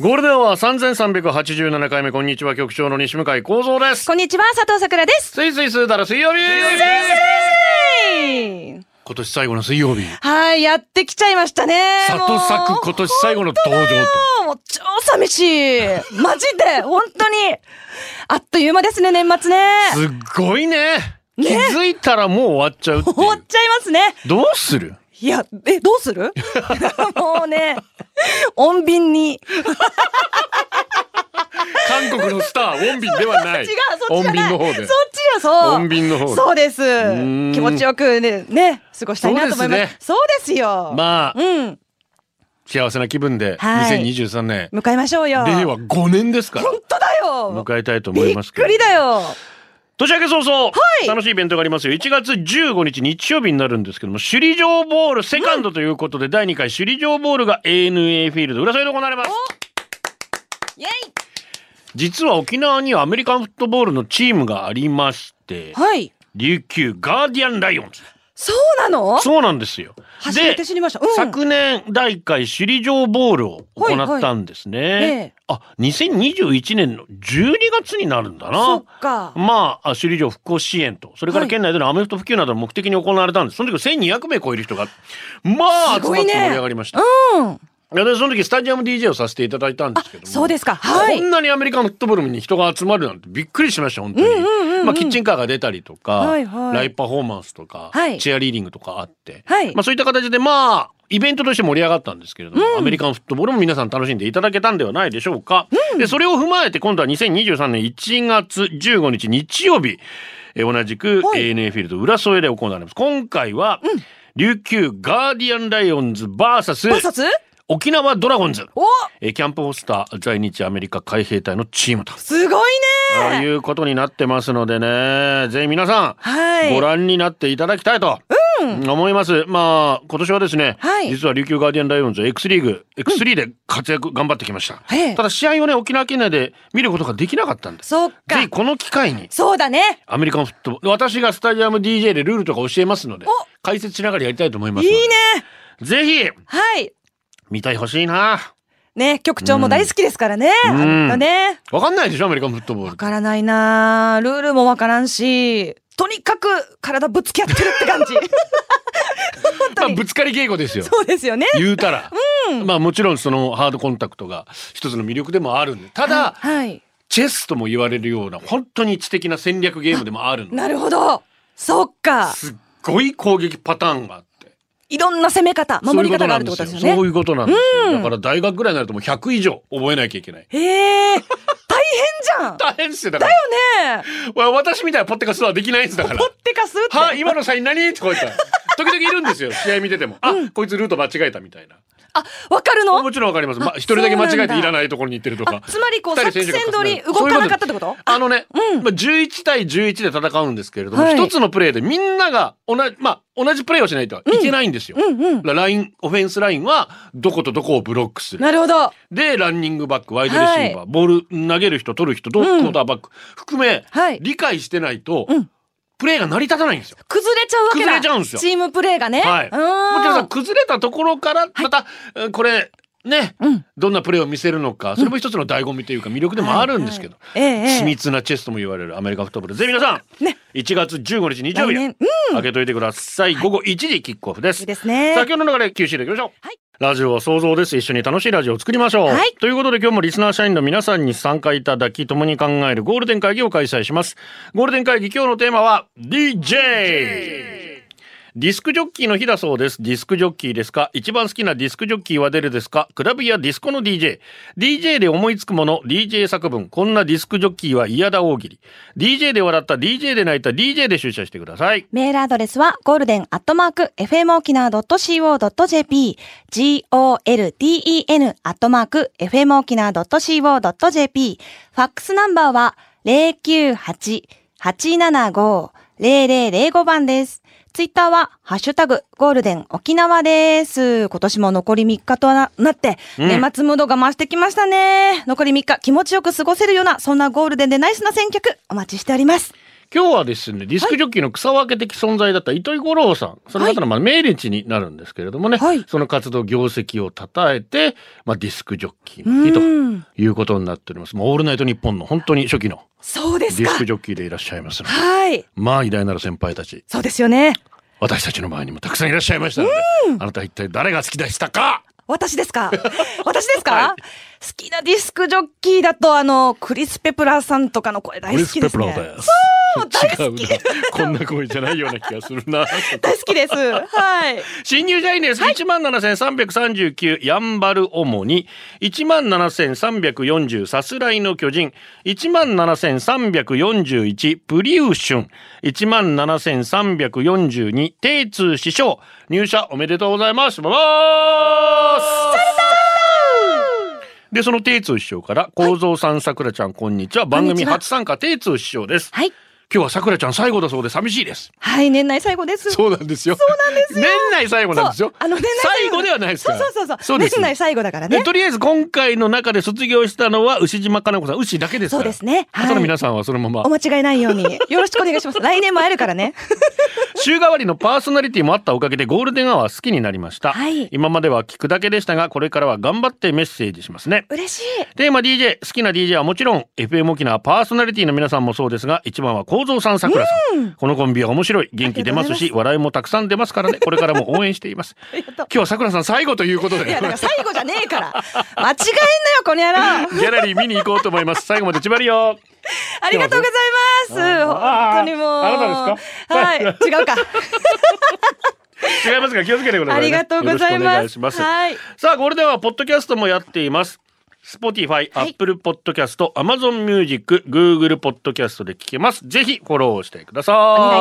ゴールデンは三千三百八十七回目こんにちは局長の西向井光三です。こんにちは、佐藤さくらです。スイスイスーダラ水曜日。今年最後の水曜日。はい、やってきちゃいましたね。里作今年最後の登場と。もうもう超寂しい。マジで、本当に。あっという間ですね、年末ね。すっごいね。気づいたらもう終わっちゃうっていう終わっちゃいますね。どうする？いや、え、どうす るもうね、穏便に。韓国のスターウォンビンではな違い。う、そっちじゃない。穏便の方そっでち。や、そう。穏便の方でそうですん。気持ちよくね、ね、過ごしたいなと思います。そそううですねですよ。まあうん。幸せな気分ではい2023年迎えましょうよ。令和5年ですから本当だよ。迎えたいと思いますけど。びっくりだよ。年明け早々、い楽しいイベントがありますよ1月15日日曜日になるんですけども首里城ボールセカンドということで、第2回首里城ボールが ANA フィールド浦添で行われますイェイ。実は沖縄にはアメリカンフットボールのチームがありましてはい。琉球ガーディアンライオンズそうなの？そうなんですよ初めでて知りました。うん。昨年第1回首里城ボールを行ったんですね、はいはいええあ2021年の12月になるんだなそっか。まあ、あ首里城復興支援と、それからはい県内でのアメフト普及などの目的に行われたんです。その時1200名超える人が、まあ、集ますごっていね盛り上がりました。うん。いやでその時スタジアム DJ をさせていただいたんですけども。そうですか。はいこ。んなにアメリカンフットボールに人が集まるなんてびっくりしました、本当に。まあ、キッチンカーが出たりとか、はいはいライブパフォーマンスとか、はいチェアリーディングとかあって、はいまあ、そういった形で、まあ、イベントとして盛り上がったんですけれども、アメリカンフットボールも皆さん楽しんでいただけたんではないでしょうか。で、それを踏まえて、今度は2023年1月15日日曜日、えー同じくはい ANA フィールド浦添で行われます。今回は、琉球ガーディアンライオンズ VS バサツ？沖縄ドラゴンズ。お、えーキャンプホスター在日アメリカ海兵隊のチームと。すごいといね。うことになってますのでね、ぜひ皆さん、はい。ご覧になっていただきたいと、思います。まあ、今年はですね、はい実は琉球ガーディアンライオンズ X リーグ、X3 で活躍、頑張ってきました。ええただ試合をね、沖縄県内で見ることができなかったんです。そっぜかひ。この機会に、そうだね。アメリカンフットボール、私がスタジアム DJ でルールとか教えますので、解説しながらやりたいと思いまいすいので。ね。ぜひ、はい。見たいほしいな。ね、局長も大好きですからね。うんあんたね。わかんないでしょ、アメリカンフットボールわ。からないな。ルールもわからんし、とにかく体ぶつけ合ってるって 感じ。まあ、ぶつかり稽古ですよ。そうですよね。言うたら、まあもちろんそのハードコンタクトが一つの魅力でもあるんでただ、はい。チェスとも言われるような本当に知的な戦略ゲームでもあるのなるほど。そっか。すっごい攻撃パターンがあっていろんな攻め方、守り方があるってことですよね。そういうことなんですようだんから大学ぐらいになるともう100以上覚えなきゃいけないへえ、大変じゃん。大変ですよ だからねえ。わ私みたいなポッテカスはできないんですだからポッテカスって。は今のサイン何ってこうやって時々いるんですよ試合見ててもあ、こいつルート間違えたみたいなあ、わかるのもちろんわかります。まあ、あ一人だけ間違そうなえんだていらないところに行ってるとかあ。つまりこう二人選手が作戦通り動かなかったってことそういうあのね、うんまあ、11対11で戦うんですけれども、はい一つのプレーでみんなが同じ、まあ、同じプレーをしないといけないんですよ。うんうん。ライン、オフェンスラインは、どことどこをブロックする。なるほど。で、ランニングバック、ワイドレシーバー、はボール投げる人、取る人、どうんクォーターバック、含め、はい理解してないと、うんプレーが成り立たないんですよ。崩れちゃうわけだ。崩れちゃうんですよチームプレーがね。はい。もうちろんーさ、ん。崩れたところから、また、えーこれ、ね、うんどんなプレーを見せるのか、それも一つの醍醐味というか魅力でもあるんですけど、ええ緻ええ。密なチェスとも言われるアメリカフットボール。ぜひ皆さん、ね1月15日日曜来日、年。開けといてください。午後1時キックオフでいすい。ですね。先ほどの流れ、九州でいきましょう。ラジオは想像です。一緒に楽しいラジオを作りましょう。はいということで今日もリスナー社員の皆さんに参加いただき、共に考えるゴールデン会議を開催します。ゴールデン会議、今日のテーマは DJ! ディスクジョッキーの日だそうです。ディスクジョッキーですか一番好きなディスクジョッキーは誰ですかクラブやディスコの DJ。DJ で思いつくもの、DJ 作文。こんなディスクジョッキーは嫌だ大喜利。DJ で笑った、DJ で泣いた、DJ で出社してください。メールアドレスはゴールデンアットマーク fmokina.co.jp golden アットマーク fmokina.co.jp ファックスナンバーは098-875 0005番です。ツイッターは、ハッシュタグ、ゴールデン沖縄です。今年も残り3日とななって、うん年末ムードが増してきましたね。残り3日、気持ちよく過ごせるような、そんなゴールデンでナイスな選曲、お待ちしております。今日はですねディスクジョッキーの草分け的存在だった糸井五郎さんその方のまあ命日になるんですけれどもね、はいその活動業績を称えて、まあ、ディスクジョッキーうの日とん。いうことになっております。まあ、オールナイト日本の本当に初期のそうでデすィかス。クジョッキーでいらっしゃいますので、はい。まあ偉大なる先輩たち、そうですよね。私たちの前にもたくさんいらっしゃいましたので、あなた一体誰が好きでしたか私で すか私ですか、は好きなディスクジョッキーだと、あの、クリス・ペプラーさんとかの声大好きですね。す。そう違うな。こんな声じゃないような気がするな。大好きで す。はい。新入社員です。一万七千三百三十九ヤンバルオモニ、一万七千三百四十さすらいの巨人、一万七千三百四十一プリウシュン、一万七千三百四十二テイツー師匠、入社おめでとうございます。ババースでそのテイツー師匠から構造さんさくらちゃんこんにちは番組初参加テイツー師匠です。はい。今日はさくらちゃん最後だそうで寂しいです。はい、年内最後です。そうなんですよ。そうなんですよ。年内最後なんですよ。あの年内最後ではないですから。そうそうそうそう。そうです年内最後だからでね。とりあえず今回の中で卒業したのは牛島かな子さん、牛だけですかそうら。ですね。あとのはい。皆さんはそのままお。間違いないように。よろしくお願いします。来年も会えるから ね。週替わりのパーソナリティもあったおかげでゴールデンアワー好きになりました。はい今までは聞くだけでしたが、これからは頑張ってメッセージしますね。嬉しい。テーマ DJ、好きな DJ はもちろん、FM 沖縄パーソナリティの皆さんもそうですが、一番は構造さん、さくらさん。このコンビは面白い。元気出ますし、笑いもたくさん出ますからね。これからも応援してい ます。今日はさくらさん最後ということいや、でだ。から最後じゃねえから。間違えんなよ、この野ギ郎。ャラリー見に行こうと思います。最後まで千張りよ。ありがとうございます。あー本当にもう。あなたですかはい。違 うか。違いますが気をつけてくださあい、ね。りがとうございよろしくおま願いす。します。はい。さあ、ゴールデンはポッドキャストもやっています。Spotify、はい Apple Podcast、Amazon Music、Google Podcast で聞けます。ぜひフォローしてください。お願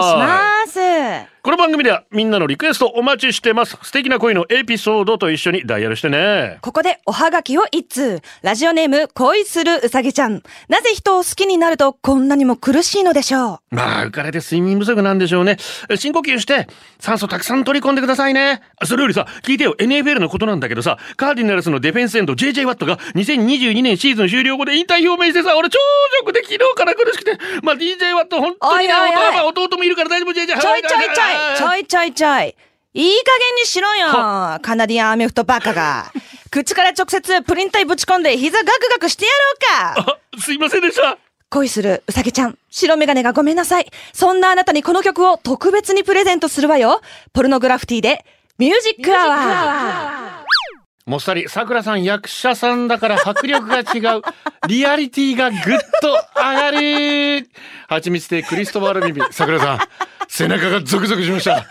いします。この番組ではみんなのリクエストお待ちしてます。素敵な恋のエピソードと一緒にダイヤルしてね。ここでおはがきを一通。ラジオネーム、恋するうさぎちゃん。なぜ人を好きになるとこんなにも苦しいのでしょうまあ、浮かれて睡眠不足なんでしょうね。深呼吸して、酸素たくさん取り込んでくださいね。それよりさ、聞いてよ、NFL のことなんだけどさ、カーディナルスのディフェンスエンド JJ ワットが2022年シーズン終了後で引退表明してさ、俺超ショックで昨日から苦しくて、まあ DJ ワット本当になおいおいおい弟は弟もいるから大丈夫 JJ。ちょいちょいちょい、ちょい。いちょいちょい。いい加減にしろよカナディアンアメフトバカが。 口から直接プリン体ぶち込んで膝ガクガクしてやろうかあすいませんでした。恋するうさぎちゃん、白メガネがごめんなさい。そんなあなたにこの曲を特別にプレゼントするわよ。ポルノグラフィティで、ミュージックアワー。もっさり、桜さん役者さんだから迫力が 違う。リアリティがぐっと上がる。はちみつでクリストバルミビ、桜さん、背中がゾクゾクしました。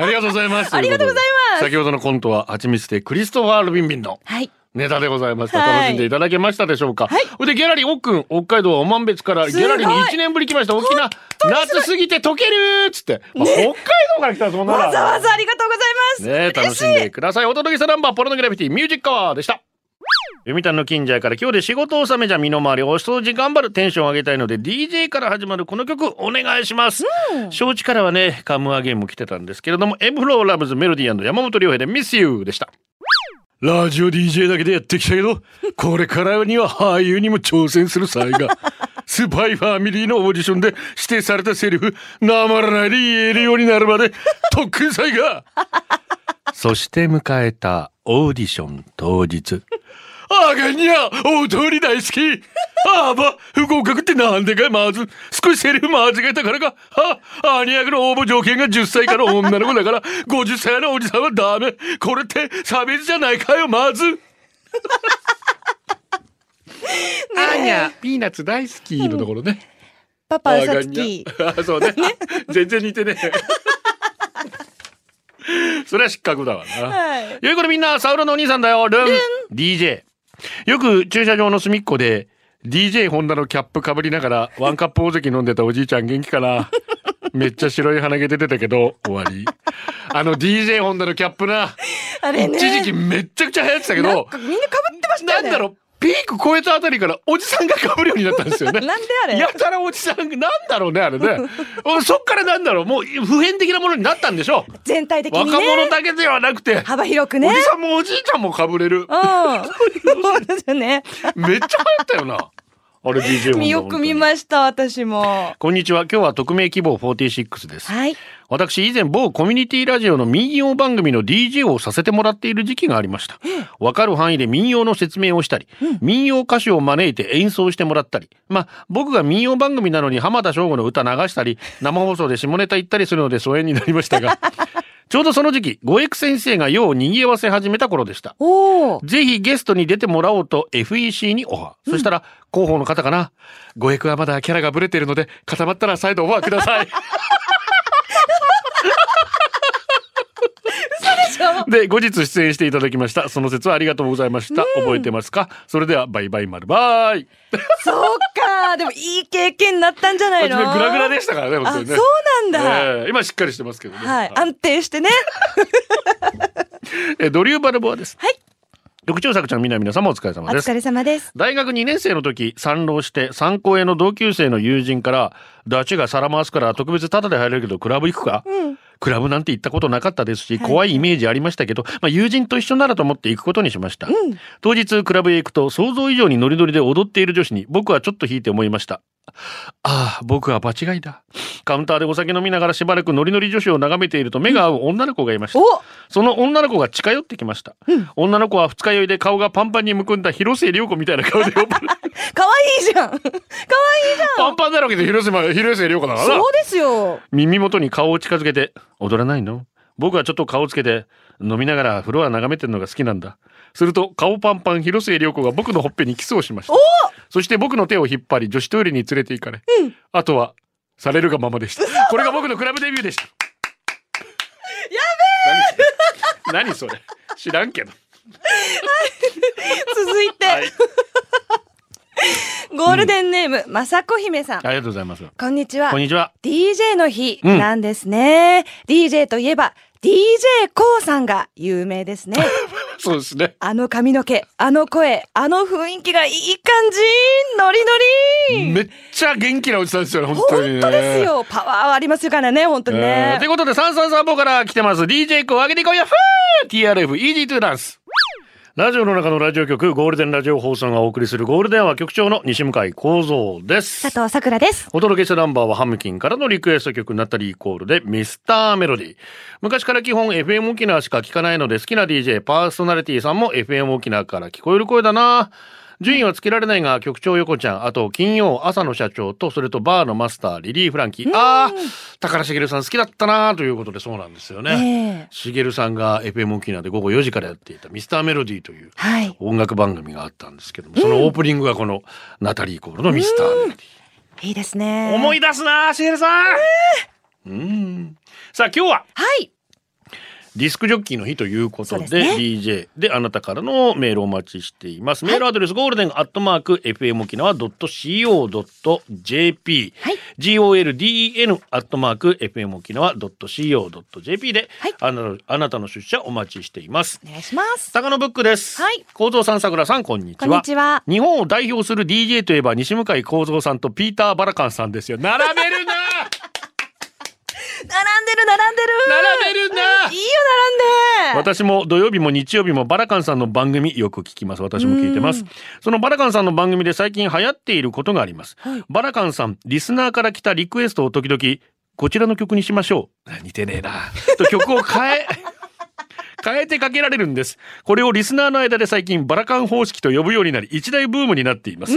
ありがとうございます。ありがとうございます。先ほどのコントは、はちみつでクリストバルビンビンのはい。ネタでございました。はい楽しんでいただけましたでしょうか。それで、ギャラリー奥君、北海道はおまんべつから、ギごいャラリーに1年ぶり来ました。沖縄、夏すぎて溶けるっつって、まあ北海道から来たそんならわざわざありがとうございます。ねえ楽しんでくださいお届けしたナンバーポルノグラフィティミュージックアワーでした読谷の近所やから今日で仕事納めじゃ身の回りお掃除頑張るテンション上げたいので DJ から始まるこの曲お願いします、承知からはねカムアゲーム来てたんですけれどもエムフローラブズメロディー山本亮平でミスユーでしたラジオ DJ だけでやってきたけ どこれからには俳優にも挑戦する才 がスパイファミリーのオーディションで指定されたセリフなまらないで言えるようになるまで特訓祭がそして迎えたオーディション当日。あがにゃ大通り大好きあば不合格ってなんでかいまず少しセリフ間違えたからかあアニアグの応募条件が10歳から女の子だから50歳のおじさんはダメこれって差別じゃないかよまずアーニャピーナッツ大好きのところね、パパうさつき。あーそうね。全然似てねえ。それは失格だわな。はいよいこれみんな、サウロのお兄さんだよ、ルン。DJ。よく駐車場の隅っこで、DJ ホンダのキャップかぶりながら、ワンカップ大関飲んでたおじいちゃん元気か なめっちゃ白い鼻毛出てたけど、終わり。あの DJ ホンダのキャップな、あれね。一時期めっちゃくちゃ流行ってたけなんどか、みんな被ってましたなよんね。だろう、ピーク超えたあたりからおじさんが被るようになったんですよねなんであれやたらおじさんなんだろうねあれ ねおそっからなんだろうもう普遍的なものになったんでしょう全体的に若ね者だけではなくて、幅広くおねじさんもおじいちゃんも被れるうんそうですねめっちゃ流行ったよなあ れ DJ も見よく見ました私もこんにちは今日は匿名希望46ですはい私以前某コミュニティラジオの民謡番組の DJ をさせてもらっている時期がありましたわかる範囲で民謡の説明をしたり、民謡歌手を招いて演奏してもらったりまあ僕が民謡番組なのに浜田省吾の歌流したり生放送で下ネタ言ったりするので疎遠になりました がちょうどその時期五エク先生が世を賑わせ始めた頃でしたお おぜひゲストに出てもらおうと FEC にオファー。そしたら、広報の方かな。ご役はまだキャラがブレてるので、固まったら再度オファーください。で後日出演していただきましたその説はありがとうございました、覚えてますかそれではバイバイ丸バイそうかでもいい経験になったんじゃない初のめグラグラでしたからね本あ当そうにねなんだ、ええ今しっかりしてますけどね、はい安定して ねえドリューバルボアですはい局長作ちゃんみなみなさんもお疲れ様おです疲れ様です大学2年生の時参浪して三高への同級生の友人から「ダチが皿回すから特別タダで入れるけどクラブ行くかクラブなんて行ったことなかったですし、怖いイメージありましたけど、まあ、友人と一緒ならと思って行くことにしました、当日クラブへ行くと想像以上にノリノリで踊っている女子に僕はちょっと引いて思いましたああ僕は場違いだカウンターでお酒飲みながらしばらくノリノリ女子を眺めていると目が合う女の子がいました、おその女の子が近寄ってきました、女の子は二日酔いで顔がパンパンにむくんだ広末涼子みたいな顔で呼ばれ可愛いじゃん 可愛いじゃんパンパンだらけで広末ま広末涼子だからなそうですよ耳元に顔を近づけて「踊らないの?」僕はちょっと顔をつけて飲みながらフロア眺めてるのが好きなんだすると顔パンパン広末涼子が僕のほっぺにキスをしましたそして僕の手を引っ張り女子トイレに連れて行かれ、あとはされるがままでしたこれが僕のクラブデビューでしたやべえ何それ何それ知らんけど続いて、 ゴールデンネーム、まさこ姫さんありがとうございますこんにちはこんにちは DJ の日うんなんですね、DJ といえば d j k o さんが有名です ねそうですねあの髪の毛あの声あの雰囲気がいい感じノリノリめっちゃ元気なおじさんですよね本当に、ね、本当ですよパワーはありますからね本当にえねー、ということで、三三三から来てます。DJ コを上げていこうやふー !TRF Easy to Dance! ラジオの中のラジオ局、ゴールデンラジオ放送がお送りするゴールデンは局長の西向井幸三です。佐藤さくらですお届けしたナンバーはハムキンからのリクエスト曲ナタリーコールでミスターメロディー。昔から基本 FM 沖縄しか聞かないので好きな DJ パーソナリティさんも FM 沖縄から聞こえる声だな。順位はつけられないが局長横ちゃん、あと金曜朝の社長とそれとバーのマスターリリー・フランキー。あー、高橋茂さん好きだったなということでそうなんですよね。茂、さんが FM 沖縄で午後4時からやっていたミスターメロディーというはい音楽番組があったんですけども、そのオープニングがこのナタリーコールのミスターメロディー。いいですね思い出すなシエルさん、うんさあ今日ははいディスクジョッキーの日ということでそうですね DJ であなたからのメールをお待ちしています、メールアドレスゴールデンアットマーク FM 沖縄 .co.jp、はい golden アットマーク FM 沖縄 .co.jp で、はいあなあなたの出社お待ちしていますお願いします坂野ブックです。はい。構造さん、桜さん、こんにちは。こんにちは日本を代表する DJ といえば、西向井構造さんとピーター・バラカンさんですよ。並べるな並んでる並んでる並べるいないよ並んで私も土曜日も日曜日もバラカンさんの番組よく聞きます。私も聞いてます。そのバラカンさんの番組で最近流行っていることがあります。バラカンさん、リスナーから来たリクエストを時々、こちらの曲にしましょう。あ似てねえな。と曲を変え、 変えてかけられるんです。これをリスナーの間で最近バラカン方式と呼ぶようになり、一大ブームになっています。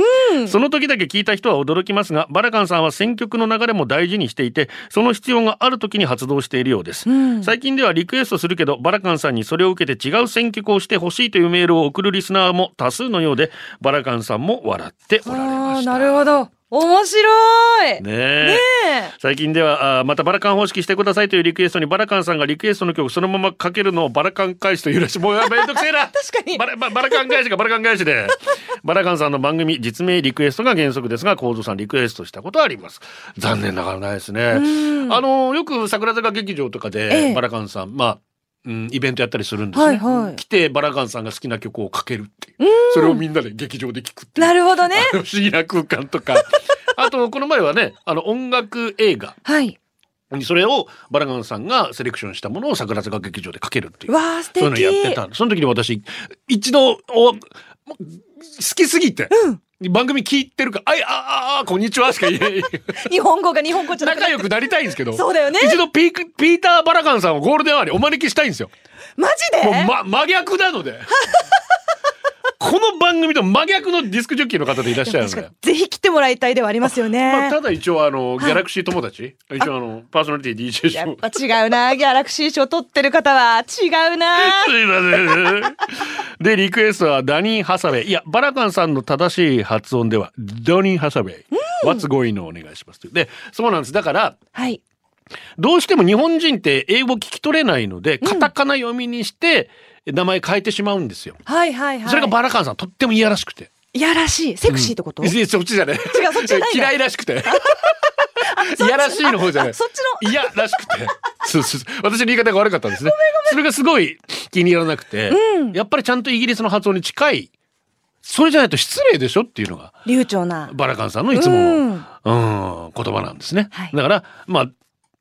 その時だけ聞いた人は驚きますが、バラカンさんは選曲の流れも大事にしていて、その必要がある時に発動しているようです。最近ではリクエストするけど、バラカンさんにそれを受けて違う選曲をしてほしいというメールを送るリスナーも多数のようで、バラカンさんも笑っておられました。なるほど面白いねえ。最近ではあーまたバラカン方式してくださいというリクエストにバラカンさんがリクエストの曲そのままかけるのをバラカン返しというらしいもうやめんどくせえな 確かにバラババラカン返しがバラカン返しでバラカンさんの番組実名リクエストが原則ですが幸三さんリクエストしたことはあります残念ながらないですねあのよく桜坂劇場とかでバラカンさん、まあうん、イベントやったりするんですね。はいはい来てバラガンさんが好きな曲をかけるっていうそれをみんなで劇場で聴くっていうなるほどね。不思議な空間と かあとこの前はねあの音楽映画はい。にそれをバラガンさんがセレクションしたものを桜坂劇場でかけるっていうわあ素そういうの敵。やってたんでその時に私一度おもう好きすぎて、番組聞いてるから「あいあああこんにちは」しか言 え日本語が日本語じゃなく仲て良くなりたいんですけどそうだよね一度ピークピーター・バラガンさんをゴールデンアワーにお招きしたいんですよ。マジで、もう、ま、真逆な のでこの番組と真逆のディスクジョッキーの方でいらっしゃるので確か。にぜひ来てもらいたいではありますよまあ、ね。ただ一応あの、ギャラクシー友達一応あのパーソナリティ DJ シやっョーぱ違うな。ギャラクシー賞取ってる方は違うな。 すいません。で、リクエストはダニー・ハサウェイ。いや、バラカンさんの正しい発音では、ドニー・ハサウェイ。What's going on? お願いします。で、そうなんです。だから、はい。どうしても日本人って英語聞き取れないので、カタカナ読みにして、名前変えてしまうんですよ。はいはいはい。それがバラカンさん、とってもいやらしくて。いやらしい。セクシーってこと、いやそっちじゃない。違うそっちじゃないんだ嫌いらしく て。いやらしいの方じゃないあ。そっちの。いやらしくてそうそうそう私の言い方が悪かったんですねそれがすごい気に入らなくて、やっぱりちゃんとイギリスの発音に近いそれじゃないと失礼でしょっていうのが流暢な。バラカンさんのいつもの、うん、言葉なんですね、はいだからまあ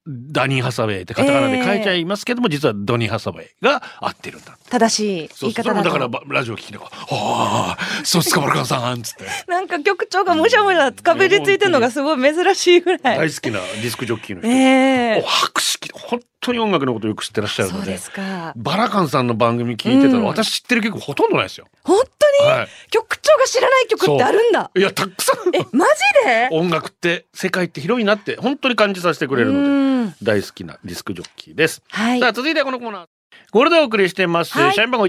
ダニー・ハサウェイってカタカナで書いちゃいますけども、実はドニー・ハサウェイが合ってるんだって正しいそ言ういそう方だだとからばラジオ聞きながら「ああそうっすかバラカンさん」つ ってなんか局長がむしゃむしゃかぶりついてるのがすごい珍しいぐら大い。好きなディスクジョッキーの人、ねお博識本当に音楽のことよく知ってらっしゃえ。るのそうでですか。バラカンさんの番組聞いてたら、うん私知ってる曲ほとんどないですよ。本当に、は局長が知らない曲ってあるんだ。い。いや、たくさんえ、マジで音楽って世界って広いなって本当に感じさせてくれるので、うん大好きなディスクジョッキーです。はいさ。あ、続いてはこのコーナー。ゴールデンお送りしてます。はい社員番号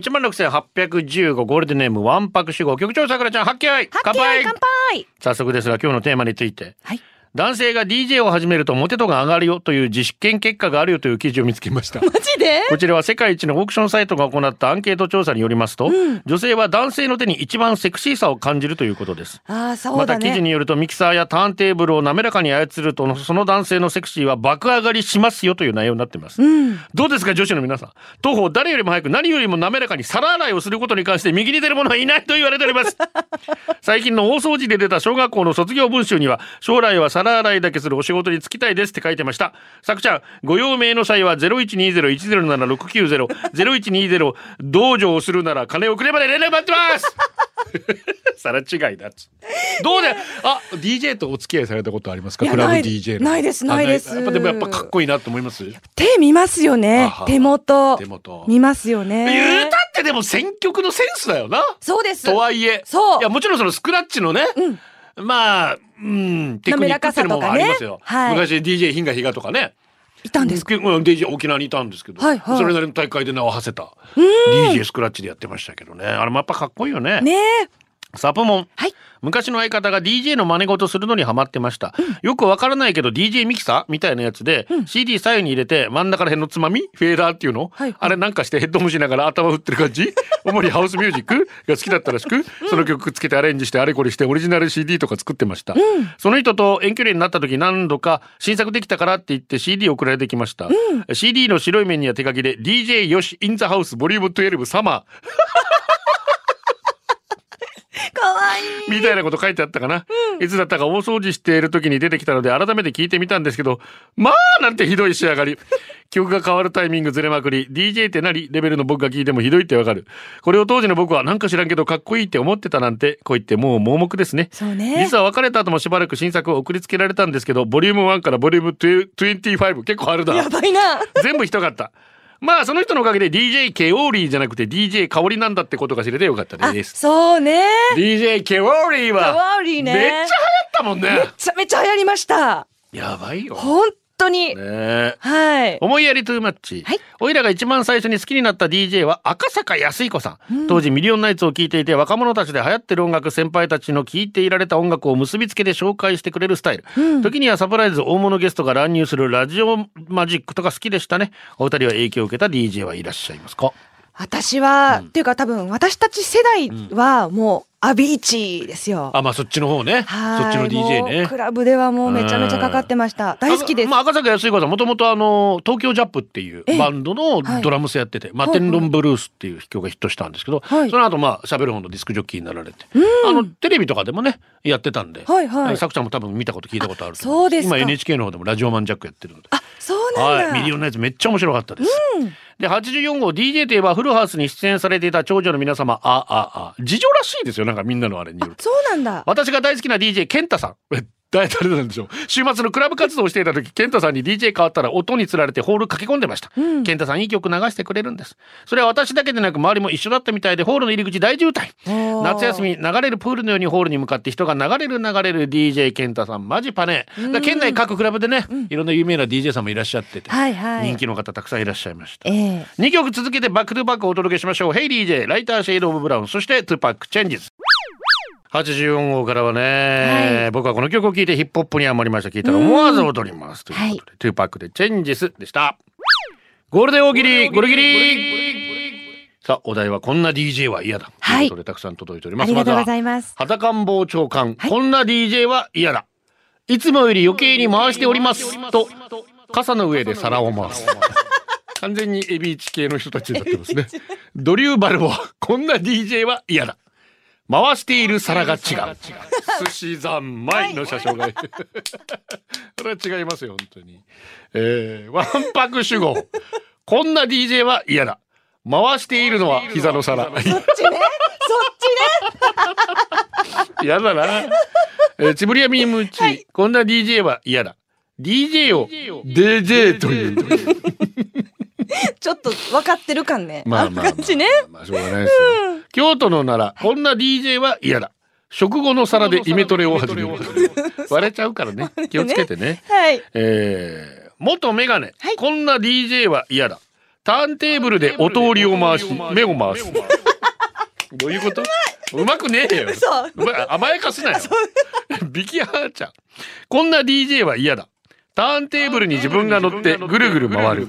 16,815ゴールデンネームわんぱく主語局長さくらちゃん発見発見乾杯早速ですが今日のテーマについて、はい男性が DJ を始めるとモテ度が上がるよという実験結果があるよという記事を見つけました。マジでこちらは世界一のオークションサイトが行ったアンケート調査によりますと、女性は男性の手に一番セクシーさを感じるということです。ああ、そうまだた記事ね。によるとミキサーやターンテーブルを滑らかに操るとその男性のセクシーは爆上がりしますよという内容になっています、どうですか女子の皆さん当方誰よりも早く何よりも滑らかに皿洗いをすることに関して右に出る者はいないと言われております最近の大掃除で出た小学校の卒業文集には将来は皿洗いだけするお仕事に就きたいですって書いてましたさくちゃんご用命の際は0120107690 0120道場をするなら金をくれまで連絡待ってます 皿違いだっつどうで、あ、DJ とお付き合いされたことありますかいやクラブない DJ の。ないですあないですやっぱでもやっぱかっこいいなと思います。手見ますよあねは。は手元。手元見ますよ言ねうた。ってでも選曲のセンスだよな。そうです。とはいえ。そういや、もちろんそのスクラッチのね。まあ、うん、テクニックっていうの滑らかさともかあねりますよ。はい昔 DJ ヒンガヒガとかね。いたんですか結構 DJ 沖縄にいたんですけど、はいはいそれなりの大会で名を馳せた DJ スクラッチでやってましたけどねあれもやっぱかっこいいよねねえ。サポモン、はい昔の相方が DJ の真似事するのにハマってました、よくわからないけど DJ ミキサーみたいなやつで、CD 左右に入れて真ん中ら辺のつまみフェーダーっていうの、はいはいあれなんかしてヘッドホンしながら頭打ってる感じ主にハウスミュージッ クが好きだったらしく、その曲つけてアレンジしてあれこれしてオリジナル CD とか作ってました、その人と遠距離になった時何度か新作できたからって言って CD 送られてきました、CD の白い面には手書きで DJ よし in the house vol。12サマーかわいい。みたいなこと書いてあったかな、いつだったか大掃除している時に出てきたので改めて聞いてみたんですけどまあなんてひどい仕上がり曲が変わるタイミングずれまくり DJ って何レベルの僕が聞いてもひどいってわかるこれを当時の僕はなんか知らんけどかっこいいって思ってたなんてこう言ってもう盲目ですねそうね実。は別れた後もしばらく新作を送りつけられたんですけどボリューム1からボリューム2 25結構あるだやばいな。全部ひどかったまあその人のおかげで DJ ケオーリーじゃなくて DJ 香りなんだってことが知れてよかったあで、すそうね。 DJ ケオーリーはケオーリーねめっちゃ流行ったもんねめちゃめちゃ流行りました。 やばいよ、ね本当に。え、はい。思いやりトゥーマッチ、はいおいらが一番最初に好きになった DJ は赤坂安彦さん、当時ミリオンナイツを聴いていて若者たちで流行ってる音楽先輩たちの聴いていられた音楽を結びつけて紹介してくれるスタイル、時にはサプライズ大物ゲストが乱入するラジオマジックとか好きでしたねお二人は影響を受けた DJ はいらっしゃいますか私は、っていうか多分私たち世代はもうアビーチですよ。あまあそっちの方ねそはいっちの DJ もねうクラブではもうめちゃめちゃかかってました。大好きです。あまあ、赤坂安彦さんもともとあの東京ジャップっていうバンドのドラムスやってて、まあ、はい天論ブルースっていう曲がヒットしたんですけど、はいその後まあ喋る方のディスクジョッキーになられて、あのテレビとかでもねやってたんで、はいはいえさくちゃんも多分見たこと聞いたことあるとあそ思うですか今 NHK の方でもラジオマンジャックやってるので。あ、そうなんはだ。い、ミリオンのやつめっちゃ面白かったです。で、84号 DJ といえばフルハウスに出演されていた長女の皆様、あ、あ、あ、事情らしいですよ。なんかみんなのあれによるとそうなんだ。私が大好きな DJ 健太さん。え誰誰なんでしょう週末のクラブ活動をしていた時健太さんに DJ 変わったら音につられてホール駆け込んでました、健太さんいい曲流してくれるんですそれは私だけでなく周りも一緒だったみたいでホールの入り口大渋滞夏休み流れるプールのようにホールに向かって人が流れる流れる DJ 健太さんマジパネだから県内各クラブでね、いろんな有名な DJ さんもいらっしゃってて、はいはい人気の方たくさんいらっしゃいましたええ2曲続けてバックトゥバックをお届けしましょう。ヘイリー J、ライターシェイド・オブ・ブラウン、そしてトゥパック・チェンジズ。84号からはね、僕はこの曲を聴いてヒップホップにハマりました。聴いたら思わず踊ります。ということで、トゥパックでチェンジスでした。ゴールデン大喜利、ゴルギリさあ、お題はこんな DJ は嫌だ。はいということでたくさん届いておりまあす。りがとうごずはざいます。肌官房長官、こんな DJ は嫌だ。いつもより余計に回しております。と、傘の上で皿を 回す。完全にエビイチ系の人たちになってますね。ドリューバルボア、こんな DJ は嫌だ。回している皿が違う。寿司三昧の車掌 が。それは違いますよ、本当に。えー、わんぱく主語。こんな DJ は嫌だ。回しているのは膝の皿。嫌だ な。えー、ちぶりやみむち、こんな DJ は嫌だ。DJ を DJ という。ちょっと分かってる感ね。まあまあまあ感じね。まあしょうがないですよ。京都のなら、こんな DJ は嫌だ。食後の皿でイメトレを始める。割れちゃうからね。気をつけてね。はい。えー、元メガネ、こんな DJ は嫌だ。ターンテーブルでお通りを回し、目を回す。どういうことうまくねえよ。うま甘やかすなよ。ビキハーちゃん。こんな DJ は嫌だ。ターンテーブルに自分が乗ってぐるぐる回る。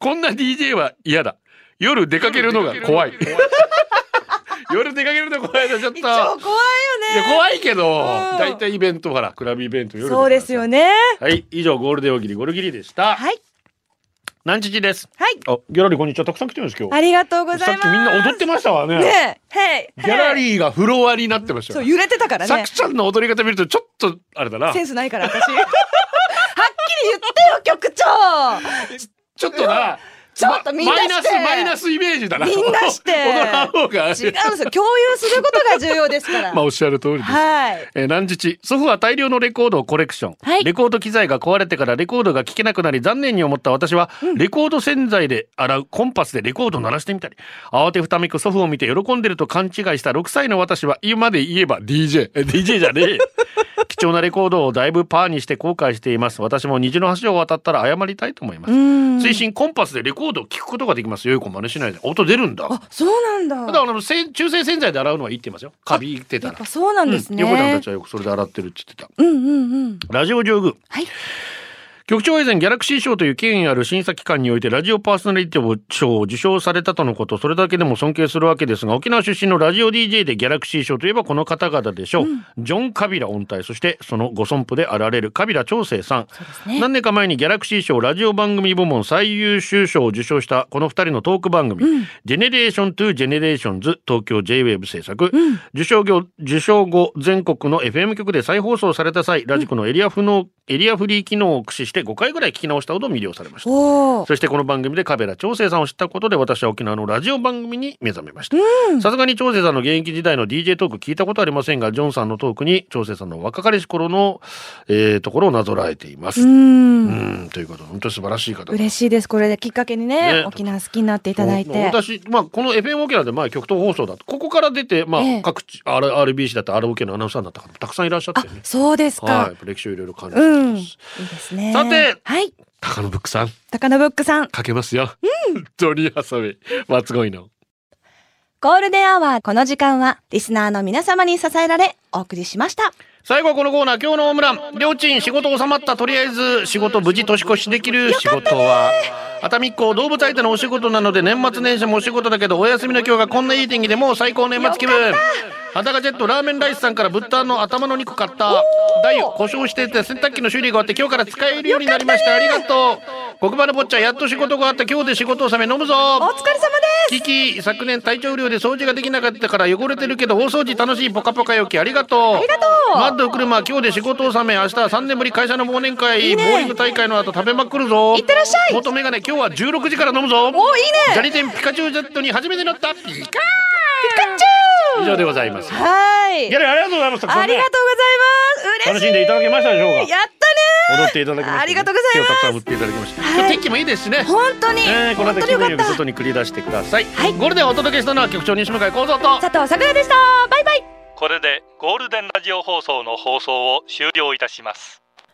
こんな DJ は嫌だ。夜出かけるのが 怖い。夜出かけるの怖いな、ちょっと。超い怖や、いよね。怖いけど、だいたいイベントほら、クラブイベント夜だからそうですよね。はい、以上ゴールデンおぎりゴルギリでした。はい。何時です。はい。あ、ギャラリーこんにちは。たくさん来てるんです今日。ありがとうございさまっす。きみんな踊ってましたわね。ねえ、へい。ギャラー。リーがフロアになってましたそう、よ。揺れてたからさねく。ちゃんの踊り方見るとちょっとあれだなセ。ンスないから、私。 はっきり言ってよ、局長。ちょっとな。ちょっとみんなマイナスしてマイナスイメージだな。みんなして 踊らん方が。違うんですよ。共有することが重要ですから。 まあおっしゃる通りです。はい。えー、南父祖父は大量のレコードをコレクション、はいレコード機材が壊れてからレコードが聴けなくなり残念に思った私は、レコード洗剤で洗うコンパスでレコードを鳴らしてみたり慌てふためく祖父を見て喜んでると勘違いした6歳の私は今で言えば DJ え DJ じゃね え貴重なレコードをだいぶパーにして後悔しています私も虹の橋を渡ったら謝りたいと思います推進コンパスでレコードを聴くことができますよい子真似しないで音出るんだあ、そうなんただ。だあのせん中性洗剤で洗うのはいいって言いますよカビってたやっらぱそうなんですね。横田たちはよくそれで洗ってるって言ってた。うんうんうん。ラジオ上宮。はい局長は以前ギャラクシー賞という権威ある審査機関においてラジオパーソナリティ賞を受賞されたとのことそれだけでも尊敬するわけですが沖縄出身のラジオ DJ でギャラクシー賞といえばこの方々でしょう、ジョン・カビラ音体そしてそのご尊父であられるカビラ長生さん、何年か前にギャラクシー賞ラジオ番組部門最優秀賞を受賞したこの2人のトーク番組「ジェネレーション・トゥ・ジェネレーションズ東京 JWAVE 制作、受賞業受賞後全国の FM 局で再放送された際ラジコのエリアフの、エリアフリー機能を駆使して5回ぐらい聞き直したほど魅了されましたおお。そしてこの番組でカベラ長生さんを知ったことで私は沖縄のラジオ番組に目覚めましたさすがに長生さんの現役時代の DJ トーク聞いたことありませんがジョンさんのトークに長生さんの若かりし頃の、えーところをなぞらえていますう。うんんということで本当に素晴らしい方だ嬉しいです。これできっかけにね、ね沖縄好きになっていただいもうて。私、まあ、この FM 沖縄で前極東放送だとここから出て、まあええ各地 R- RBC だった ROK のアナウンサーになった方もたくさんいらっしゃっあて、ね、そうですはかい。歴史をいろいろ感じてうん。まいいす、ですね。さてはい。高野ブックさん高野ブックさん。かけますよ、 ドリーハサウェイ松恋のゴールデンアワー、この時間は、リスナーの皆様に支えられ、お送りしました。最後はこのコーナー今日のオムラン両親仕事収まったとりあえず仕事無事年越しできる仕事は熱海っ子動物相手のお仕事なので年末年始もお仕事だけどお休みの今日がこんないい天気でもう最高年末気分裸ジェットラーメンライスさんから豚の頭の肉買った大よ故障してて洗濯機の修理が終わって今日から使えるようになりましたありがとう黒板の坊ちゃんやっと仕事があった今日で仕事納め飲むぞお疲れ様ですキキ昨年体調不良で掃除ができなかったから汚れてるけど大掃除楽しいポカポカ陽気ありがとうありがとうマッド車今日で仕事納め明日は3年ぶり会社の忘年会いいねボーリング大会の後食べまくるぞいってらっしゃい元メガネ今日は16時から飲むぞおいいねジャリテンピカチュウジェットに初めて乗ったピカーピカチュウ以上でございますはーいギャルありがとうございましたありがとうございま楽す嬉しいしんでいただけましたでしょうかやったね踊っていただきましたねありがとうございます手をたくさん振っていただきました、はい今日天気もいいですしね本当に、えー、この後本当に気よか分よっくた外に繰り出してください、はいゴールデンをお届けしたのは局長西向井幸三と佐藤さくらでしたバイバイこれでゴールデンラジオ放送の放送を終了いたします